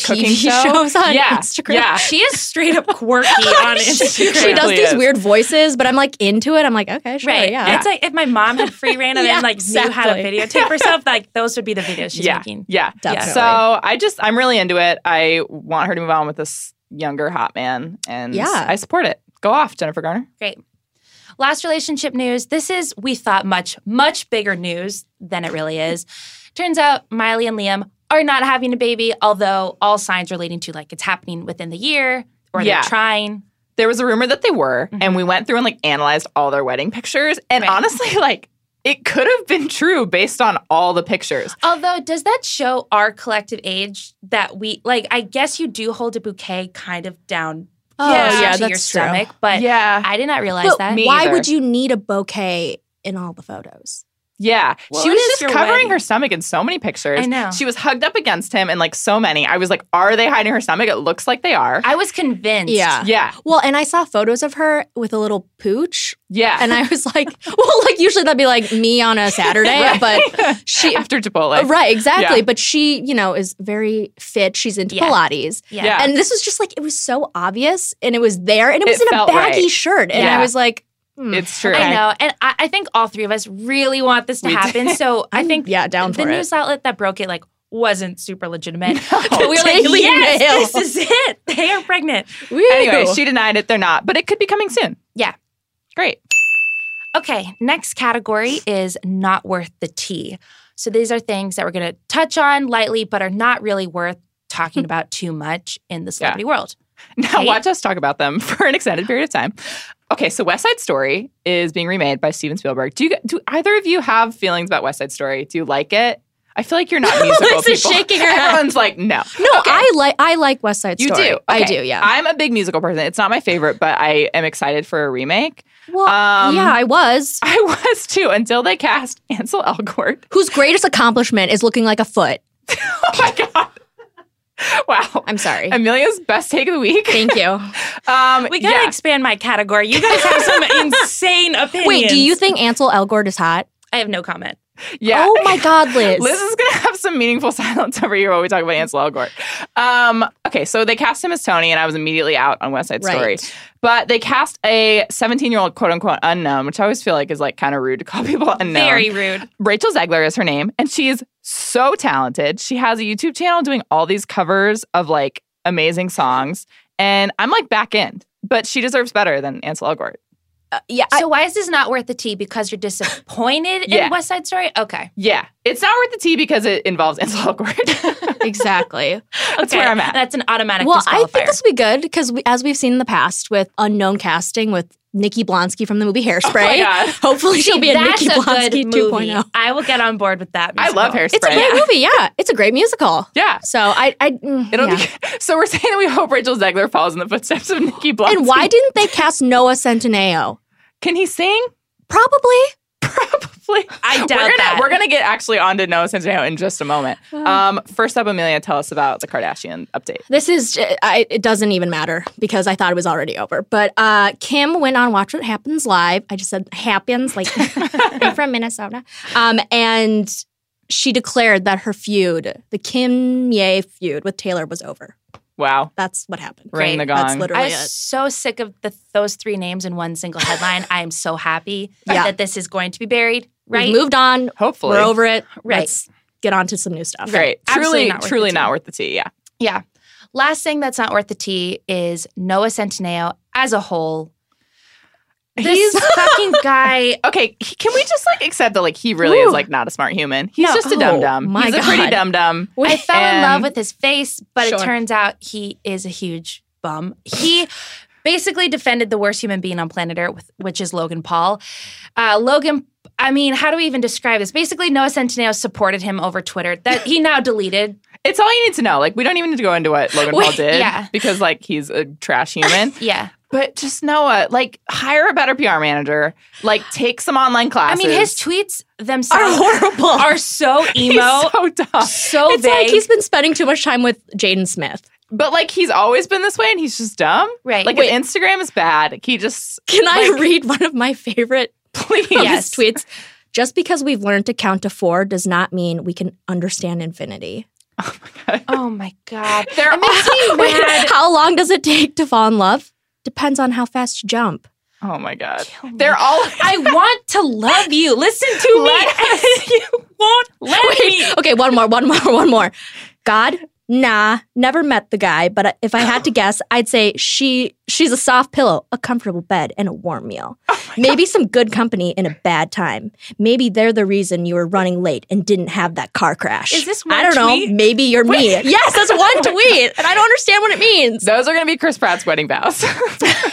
S3: TV
S2: cooking show.
S3: shows on
S2: yeah,
S3: Instagram.
S2: yeah.
S1: She is straight up quirky on Instagram.
S3: she does
S2: really
S3: these
S2: is.
S3: weird voices, but I'm like into it. I'm like, okay, sure,
S1: Right.
S3: yeah.
S1: It's like if my mom had free reign and
S3: Yeah,
S1: then like knew how to
S3: exactly.
S1: videotape herself, like those would be the videos she's
S2: yeah,
S1: making.
S2: yeah.
S3: Definitely.
S2: So I just I'm really into it. I want her to move on with this younger hot man, and
S3: Yeah.
S2: I support it. Go off, Jennifer Garner.
S1: Last relationship news. This is we thought much, much bigger news than it really is. Turns out Miley and Liam are not having a baby, although all signs are leading to like it's happening within the year or
S2: Yeah.
S1: they're trying.
S2: There was a rumor that they were, and we went through and like analyzed all their wedding pictures, and
S1: Mm-hmm. Right.
S2: honestly, like. It could have been true based on all the pictures.
S1: Although, does that show our collective age that we like? I guess you do hold a bouquet kind of down
S3: Oh,
S1: close
S2: yeah,
S1: to your
S3: that's true.
S1: stomach, but
S2: yeah.
S1: I did not realize
S3: But
S1: that.
S2: me
S3: why
S2: either.
S3: would you need a bouquet in all the photos?
S2: Yeah.
S1: Well,
S2: she
S1: it
S2: was
S1: is your
S2: just covering
S1: wedding.
S2: her stomach in so many pictures.
S1: I know.
S2: She was hugged up against him in like so many. I was like, are they hiding her stomach? It looks like they are.
S1: I was convinced.
S3: Yeah.
S2: yeah.
S3: Well, and I saw photos of her with a little pooch,
S2: Yeah.
S3: and I was like, well, like usually that'd be like me on a Saturday,
S2: Right.
S3: but she, Oh,
S2: after Chipotle.
S3: right, exactly.
S2: Yeah.
S3: But she, you know, is very fit. She's into
S1: Yeah.
S3: Pilates,
S1: Yeah.
S2: Yeah.
S3: and this was just like it was so obvious, and it was there, and it was in
S2: It
S3: a
S2: felt
S3: baggy
S2: right.
S3: shirt, and I
S2: Yeah.
S3: was like, hmm,
S2: It's true.
S1: I know. And I, I think all three of us really want this to
S2: We
S1: happen.
S2: did.
S1: So I think
S3: yeah, down
S1: the
S3: for it.
S1: news outlet that broke it like wasn't super legitimate. we
S2: No.
S1: were like,
S3: Daily
S1: yes,
S3: Mail."
S1: this is it. They are pregnant.
S3: Woo.
S2: Anyway, she denied it. They're not, but it could be coming soon.
S1: Yeah.
S2: Great.
S1: Okay, next category is not worth the tea. So these are things that we're going to touch on lightly, but are not really worth talking about too much in the celebrity world.
S2: Now
S1: Kate?
S2: watch us talk about them for an extended period of time. Okay, so West Side Story is being remade by Steven Spielberg. Do you do either of you have feelings about West Side Story? Do you like it? I feel like you're not musical
S1: Melissa's
S2: people.
S1: shaking her head.
S2: Everyone's like, no.
S3: No, I like I like West Side
S2: You
S3: Story.
S2: do.
S3: I
S2: Okay.
S3: do. Yeah.
S2: I'm a big musical person. It's not my favorite, but I am excited for a remake.
S3: well,
S2: Um,
S3: yeah, I was.
S2: I was too until they cast Ansel Elgort.
S3: Whose greatest accomplishment is looking like a foot.
S2: Oh my god! Wow.
S3: I'm sorry.
S2: Amelia's best take of the week.
S3: Thank you.
S2: Um,
S1: We got to
S2: yeah.
S1: expand my category. You guys have some insane opinions.
S3: Wait, do you think Ansel Elgort is hot?
S1: I have no comment.
S2: yeah.
S3: Oh my God, Liz.
S2: Liz is going to have some meaningful silence over here while we talk about Ansel Elgort. Um, okay, so they cast him as Tony, and I was immediately out on West Side Story.
S3: Right.
S2: But they cast a 17 year old quote unquote unknown, which I always feel like is like kind of rude to call people unknown.
S1: Very rude.
S2: Rachel Zegler is her name, and she is so talented. She has a YouTube channel doing all these covers of like amazing songs, and I'm like back end, but she deserves better than Ansel Elgort.
S3: Uh, yeah. I-
S1: So why is this not worth the tea? Because you're disappointed
S2: Yeah.
S1: in West Side Story? Okay.
S2: Yeah, it's not worth the tea because it involves Oh Ansel Elgort.
S3: exactly.
S1: That's
S2: where I'm at.
S1: That's an automatic
S3: well, I
S1: disqualifier.
S3: think this will be good because we, as we've seen in the past with unknown casting with Nikki Blonsky from the movie
S2: Oh my
S3: Hairspray,
S2: God.
S3: hopefully she'll be a
S1: That's
S3: Nikki
S1: a
S3: Blonsky oh.
S1: good
S3: 2.0.
S1: movie. I will get on board with that.
S2: I love
S1: musical.
S2: Hairspray.
S3: It's a great movie. Yeah. It's a great musical.
S2: Yeah.
S3: So I, I mm,
S2: It'll
S3: yeah.
S2: be so. We're saying that we hope Rachel Zegler follows in the footsteps of Nikki Blonsky.
S3: And why didn't they cast Noah Centineo?
S2: can he sing?
S3: Probably.
S2: Probably.
S1: I doubt
S2: we're gonna,
S1: that.
S2: We're gonna get actually onto Noah Centineo in just a moment. Um, first up, Amelia, tell us about the Kardashian update.
S3: This is, I, it doesn't even matter because I thought it was already over. But uh, Kim went on Watch What Happens Live. I just said happens, like I'm from Minnesota. Um, and she declared that her feud, the Kim Ye feud with Taylor, was over.
S2: Wow,
S3: That's what happened.
S2: ring the
S1: Great.
S2: gong.
S3: That's literally
S1: I'm
S3: it.
S1: so sick of the, those three names in one single headline. I am so happy
S3: Yeah.
S1: that this is going to be buried. Right?
S3: We've moved on.
S2: Hopefully,
S3: We're over it.
S1: Right.
S3: Let's get on to some new stuff.
S2: Great.
S1: Absolutely
S2: Truly,
S1: not worth
S2: truly
S1: the
S2: not
S1: tea.
S2: worth the tea. Yeah.
S1: Yeah. Last thing that's not worth the tea is Noah Centineo as a whole. This
S2: He's-
S1: fucking guy.
S2: Okay, he- can we just like accept that like he really is
S3: Woo.
S2: like not a smart human? He's
S1: No.
S2: just a
S1: Oh,
S2: dum dum.
S3: my
S2: He's a pretty
S3: God.
S2: dum dum.
S1: I fell in
S2: And-
S1: love with his face, but it
S3: Sure.
S1: turns out he is a huge bum. He basically defended the worst human being on planet Earth, which is Logan Paul. Uh, Logan, I mean, how do we even describe this? Basically, Noah Centineo supported him over Twitter that he now deleted
S2: It's all you need to know. Like we don't even need to go into what Logan Paul
S3: Wait,
S2: did
S1: yeah.
S2: because like he's a trash human.
S1: Yeah.
S2: But just Noah, like hire a better PR manager. Like take some online
S1: I
S2: classes.
S1: mean, his tweets
S3: Are
S1: themselves
S3: horrible.
S1: are so
S2: he's
S1: emo,
S2: so dumb.
S1: so
S3: it's
S1: vague.
S3: like he's been spending too much time with Jaden Smith.
S2: But like he's always been this way, and he's just dumb.
S1: right.
S2: Like
S3: Wait.
S2: his Instagram is bad. He just
S3: Can I read one of my favorite
S2: please.
S1: Yes.
S3: his tweets. Just because we've learned to count to four does not mean we can understand infinity.
S1: oh my God.
S2: They're
S1: It makes me
S3: Wait,
S1: mad.
S3: how long does it take to fall in love? Depends on how fast you jump.
S2: all- oh my god.
S1: Kill me.
S2: They're all.
S1: I want to love you. Listen to me.
S2: Let
S1: and you won't let me.
S3: Okay, one more, one more, one more. God, nah, never met the guy, but if I had to guess, I'd say she she's a soft pillow, a comfortable bed, and a warm meal.
S1: Oh
S3: Maybe some good company in a bad time. Maybe they're the reason you were running late and didn't have that car crash.
S1: Is this
S3: I
S1: one
S3: don't
S1: tweet? Oh
S3: know. Maybe you're me. Yes, that's one tweet, and I don't understand what it means.
S2: Those are going to be Chris Pratt's wedding vows.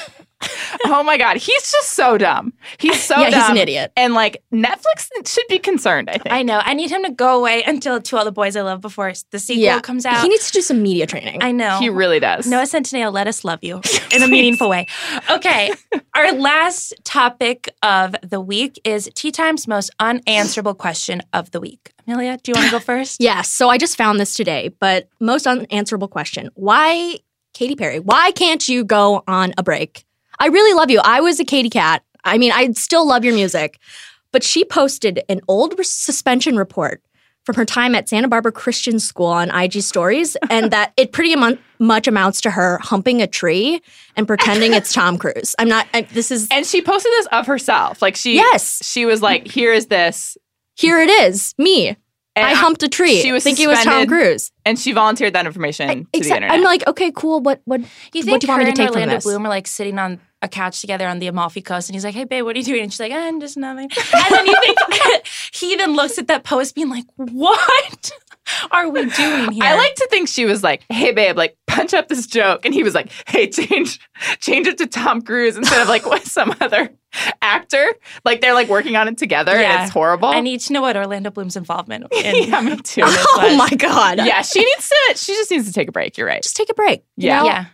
S2: oh my god, he's just so dumb. He's so
S3: yeah,
S2: dumb.
S3: he's an idiot.
S2: And like Netflix should be concerned. I think.
S1: I know. I need him to go away until To All the Boys I Love Before the sequel
S3: Yeah.
S1: comes out.
S3: He needs to do some media training.
S1: I know.
S2: He really does.
S1: Noah Centineo, let us love you in a meaningful way. Okay. Our last topic of the week is Tea Time's most unanswerable question of the week. Amelia, do you want to go first?
S3: Yes. So I just found this today, but most unanswerable question. Why, Katy Perry, why can't you go on a break? I really love you. I was a Katy Cat. I mean, I still love your music. But she posted an old re- suspension report from her time at Santa Barbara Christian School on IG Stories, and that it pretty amou- much amounts to her humping a tree and pretending it's Tom Cruise. I'm not, I, this is,
S2: And she posted this of herself. Like she
S3: Yes.
S2: she was like, here is this.
S3: here it is, me.
S2: And
S3: I humped a tree.
S2: she was
S3: thinking it was Tom
S2: suspended.
S3: Cruise.
S2: and she volunteered that information to the
S3: Except-
S2: internet.
S3: I'm like, okay, cool. What? What?
S1: You
S3: What
S1: think
S3: do you want
S1: her
S3: me to
S1: and
S3: take from
S1: Orlando
S3: this?
S1: Bloom are like sitting on a couch together on the Amalfi Coast, and he's like, "Hey, babe, what are you doing?" And she's like, "I'm just nothing." And then you think he even looks at that post, being like, "What are we doing here?"
S2: I like to think she was like, "Hey babe, like punch up this joke," and he was like, "Hey, change change it to Tom Cruise instead of like with some other actor." Like they're like working on it together, and
S1: Yeah.
S2: it's horrible.
S1: I need to know what Orlando Bloom's involvement in
S2: Oh. yeah, me too.
S1: this
S3: Oh
S1: was.
S3: my god.
S2: yeah, she needs to. She just needs to take a break. You're right.
S3: Just take a break. you
S2: Yeah.
S3: know?
S1: Yeah,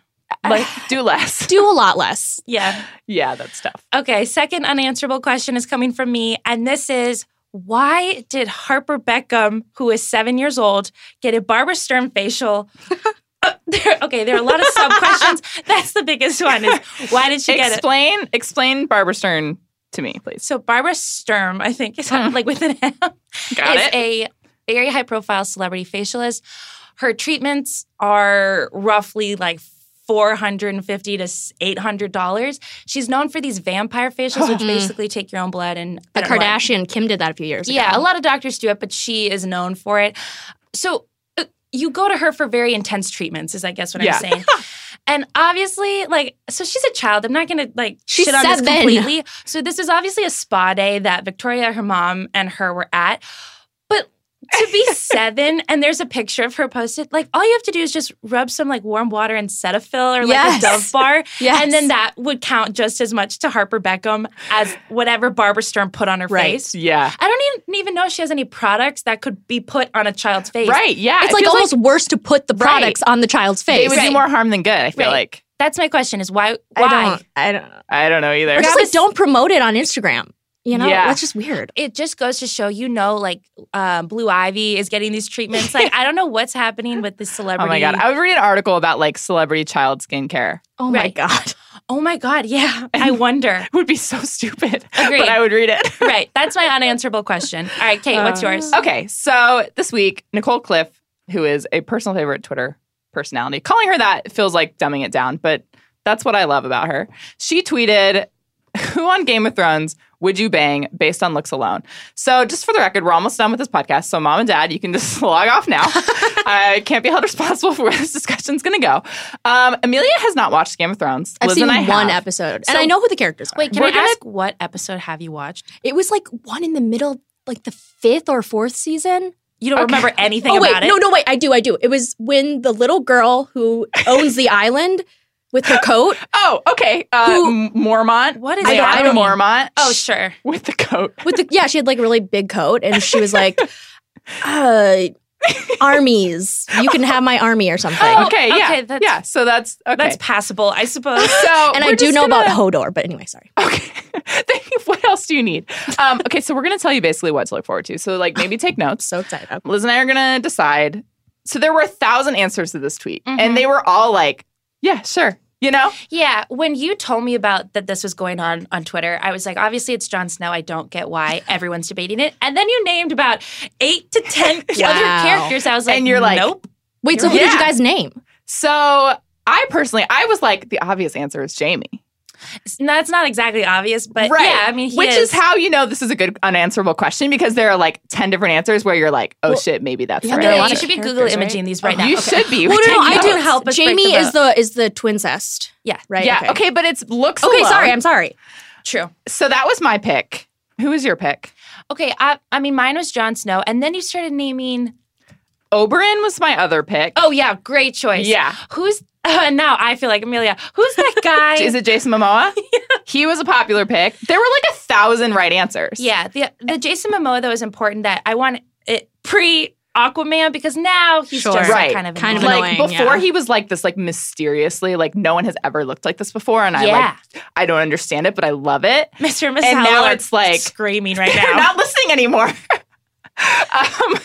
S2: Like do less.
S3: Do a lot less.
S1: yeah.
S2: yeah, that's tough.
S1: Okay, second unanswerable question is coming from me, and this is why did Harper Beckham, who is seven years old, get a Barbara Stern facial? Uh, there, okay, there are a lot of sub questions. That's the biggest one is why did she get it?
S2: Explain explain Barbara Stern to me, please.
S1: So Barbara Sturm, I think,
S2: Uh-huh.
S1: is like with an M,
S2: Got
S1: is
S2: it.
S1: a very high profile celebrity facialist. Her treatments are roughly like four hundred and fifty to eight hundred dollars. She's known for these vampire facials, which
S2: Hmm.
S3: Mm.
S1: basically take your own blood and
S3: The
S1: I don't know what-
S3: Kardashian Kim did that a few years ago.
S1: Yeah, a lot of doctors do it, but she is known for it. So uh, you go to her for very intense treatments, is I guess what
S2: Yeah.
S1: I'm saying. and obviously, like, so she's a child. I'm not gonna like
S3: She's
S1: shit on this
S3: seven.
S1: completely. So this is obviously a spa day that Victoria, her mom, and her were at. But to be seven, and there's a picture of her posted. Like all you have to do is just rub some like warm water and Cetaphil or like
S3: Yes.
S1: a Dove bar,
S3: Yes.
S1: and then that would count just as much to Harper Beckham as whatever Barbara Stern put on her
S3: Right.
S1: face.
S2: yeah.
S1: I don't even, even know if she has any products that could be put on a child's face.
S2: Right. Yeah.
S3: It's
S2: it
S3: like
S2: feels
S3: almost worse to put the
S2: Right.
S3: products on the child's
S2: like
S3: face.
S2: it would do more harm than good. I feel
S1: Right.
S2: like
S1: That's my question is why why?
S3: I don't. I don't.
S2: I don't know either.
S3: Or just
S1: Grab
S3: like
S1: a-
S3: don't promote it on Instagram. You know,
S2: Yeah.
S3: that's just weird.
S1: It just goes to show you know like uh, Blue Ivy is getting these treatments. Like I don't know what's happening with this celebrity.
S2: Oh my god! I would read an article about like celebrity child skincare.
S3: Oh
S1: Right.
S3: my god.
S1: Oh my god, yeah. I wonder.
S2: It would be so stupid,
S1: Agreed.
S2: but I would read it.
S1: right. That's my unanswerable question. All right, Kate, what's yours?
S2: Uh, Okay, so this week Nicole Cliff, who is a personal favorite Twitter personality, calling her that feels like dumbing it down, but that's what I love about her. She tweeted, "Who on Game of Thrones would you bang based on looks alone?" So just for the record, we're almost done with this podcast. So mom and dad, you can just log off now. I can't be held responsible for where this discussion's going to go. Um, Amelia has not watched Game of Thrones.
S3: I've
S2: Liz
S3: seen
S2: and I
S3: one
S2: have.
S3: episode, and
S1: So-
S3: I know who the characters are.
S1: Wait, can
S2: We're
S1: I
S2: gonna-
S1: ask what episode have you watched?
S3: it was like one in the middle, like the fifth or fourth season.
S1: You don't
S2: Okay.
S1: remember anything
S3: oh wait,
S1: about it?
S3: no, no, wait, I do, I do. It was when the little girl who owns the island with her coat.
S2: Oh, okay. Uh,
S3: Who-
S2: M- Mormont.
S1: What is
S2: I
S1: that?
S2: don't, Mormont.
S1: Oh sure.
S2: with the coat.
S3: With the yeah, she had like a really big coat, and she was like, uh, "Armies, you can have my army or something."
S1: Oh,
S2: okay, yeah,
S1: okay, that's-
S2: yeah. So that's okay.
S1: That's passable, I suppose.
S2: so,
S3: and
S2: we're
S3: I do
S2: just
S3: know
S2: gonna-
S3: about Hodor, but anyway, sorry.
S2: Okay, Thank you. what else do you need? Um, okay, so we're gonna tell you basically what to look forward to. So, like, maybe take notes.
S3: So excited.
S2: Liz and I are gonna decide. So there were a thousand answers to this tweet,
S1: Mhm.
S3: Mm-hmm.
S2: and they were all like, "Yeah, sure," you know.
S1: Yeah, when you told me about that this was going on on Twitter, I was like, obviously it's Jon Snow. I don't get why everyone's debating it. And then you named about eight to ten
S3: Wow.
S1: other characters. I was like,
S2: And you're like-
S1: nope.
S3: Wait, so who did
S2: Yeah.
S3: you guys name?
S2: So I personally, I was like, the obvious answer is Jamie,
S1: That's not exactly obvious,
S3: Uh,
S1: but
S2: Right.
S1: yeah, I mean, he
S2: which is. how you know this is a good unanswerable question because there are like ten different answers where you're like, "Oh
S3: Well,
S2: shit, maybe that's
S3: yeah,
S2: right."
S3: there are a
S1: Yeah,
S3: lot
S1: you
S3: of
S1: should be Google
S3: characters, right?
S1: imaging these right now.
S2: You
S1: Okay.
S2: should be.
S3: Well, no, no, I
S2: taking
S3: do
S2: notes.
S1: help us break the
S3: Jamie is
S1: vote.
S3: the is the twin cest,
S1: Yeah.
S3: right?
S2: Yeah. Okay. but it's looks.
S3: Okay,
S2: alone.
S3: sorry, I'm sorry.
S1: True.
S2: So that was my pick. Who was your pick?
S1: Okay. I, I mean, mine was Jon Snow, and then you started naming.
S2: Oberon was my other pick.
S1: Oh yeah, great choice.
S2: yeah.
S1: Who's now? I feel like Amelia. Who's that guy?
S2: Is it Jason Momoa? He was a popular pick. There were like a thousand right answers.
S1: Yeah, the the Jason Momoa though is important that I want it pre Aquaman because now he's
S3: Sure.
S1: just like,
S2: Right.
S1: kind of
S3: Kind of
S1: annoying.
S2: Like
S3: annoying,
S2: before
S3: yeah.
S2: he was like this, like mysteriously, like no one has ever looked like this before. And I
S1: yeah,
S2: like I don't understand it, but I love it.
S1: Mr. and Mrs.
S2: and
S1: Howell
S2: now
S1: are
S2: it's like-
S1: screaming right
S2: They're
S1: now.
S2: not listening anymore. um,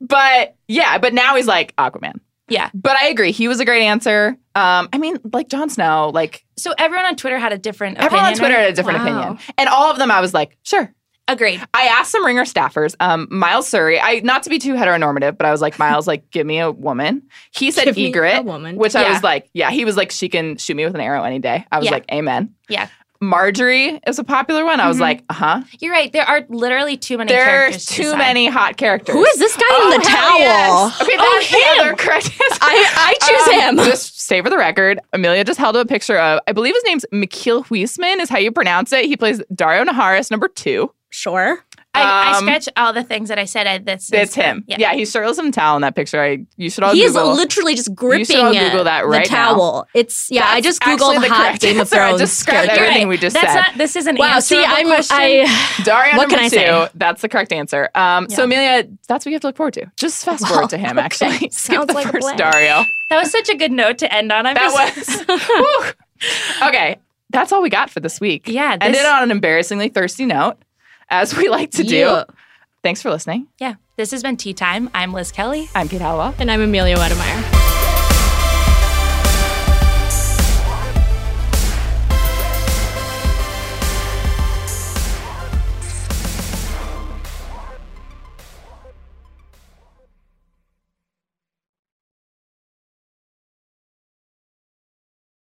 S2: but yeah, but now he's like Aquaman.
S1: Yeah.
S2: But I agree. He was a great answer. Um, I mean, like Jon Snow, like
S1: so everyone on Twitter had a different
S2: everyone on
S1: opinion,
S2: Twitter
S1: right?
S2: had a different
S3: Wow.
S2: opinion. And all of them I was like, sure,
S1: Agreed.
S2: I asked some ringer staffers, um, Miles Surrey, I not to be too heteronormative, but I was like, Miles, like, give me a woman. He said
S3: Give me a
S2: egret,
S3: woman.
S2: which I
S1: Yeah.
S2: was like, yeah, he was like, she can shoot me with an arrow any day. I was
S1: Yeah.
S2: like, amen.
S1: Yeah.
S2: Marjorie is a popular one. I was
S3: Mm-hmm.
S1: Mhm.
S2: like, uh huh.
S1: You're right. There are literally too many
S2: There's
S1: characters. to
S2: too
S1: decide.
S2: many hot characters.
S3: Who is this guy
S2: Oh,
S3: in the
S2: hell
S3: towel? Oh,
S2: yes. Okay, that's the other correct answer.
S3: I, I choose
S2: Um,
S3: him.
S2: Just stay for the record. Amelia just held up a picture of, I believe his name's Mikhail Huisman, is how you pronounce it. He plays Dario Naharis, number two.
S3: Sure.
S1: I, I
S2: Um,
S1: scratch all the things that I said. I, that's
S2: That's him. Yeah,
S1: Yeah.
S2: he's shirtless in a towel in that picture. I you should all
S3: He is
S2: Google.
S3: literally just gripping
S2: all Google
S3: it,
S2: that right
S3: the
S2: now.
S3: towel. It's yeah. I
S2: That's
S3: just
S2: actually
S3: googled
S2: the
S3: hot
S2: correct
S3: Game of
S2: answer. I
S3: Thrones
S2: just scratched
S3: character.
S2: everything we just
S1: Oh, That's
S2: said.
S1: not. This is an
S3: Wow. See,
S1: answerable
S3: I'm
S1: question.
S3: I
S2: Dario
S3: What
S2: number
S3: can I
S2: two.
S3: say?
S2: That's the correct answer. Um, So
S1: Yeah.
S2: Amelia, that's what you have to look forward to. Just fast
S3: Wow,
S2: forward to him.
S3: okay.
S2: Actually, skip
S3: Sounds
S2: the
S3: like a
S2: first
S3: plan.
S2: Dario.
S1: that was such a good note to end on. I'm
S2: That
S1: just,
S2: was Whew. okay. That's all we got for this week.
S1: Yeah,
S2: ended
S1: this-
S2: on an embarrassingly thirsty note, as we like to do.
S3: Yeah.
S2: Thanks for listening.
S1: yeah. This has been tea time. I'm Liz Kelly.
S2: I'm Pete Howell.
S3: and I'm Amelia Wedemeyer.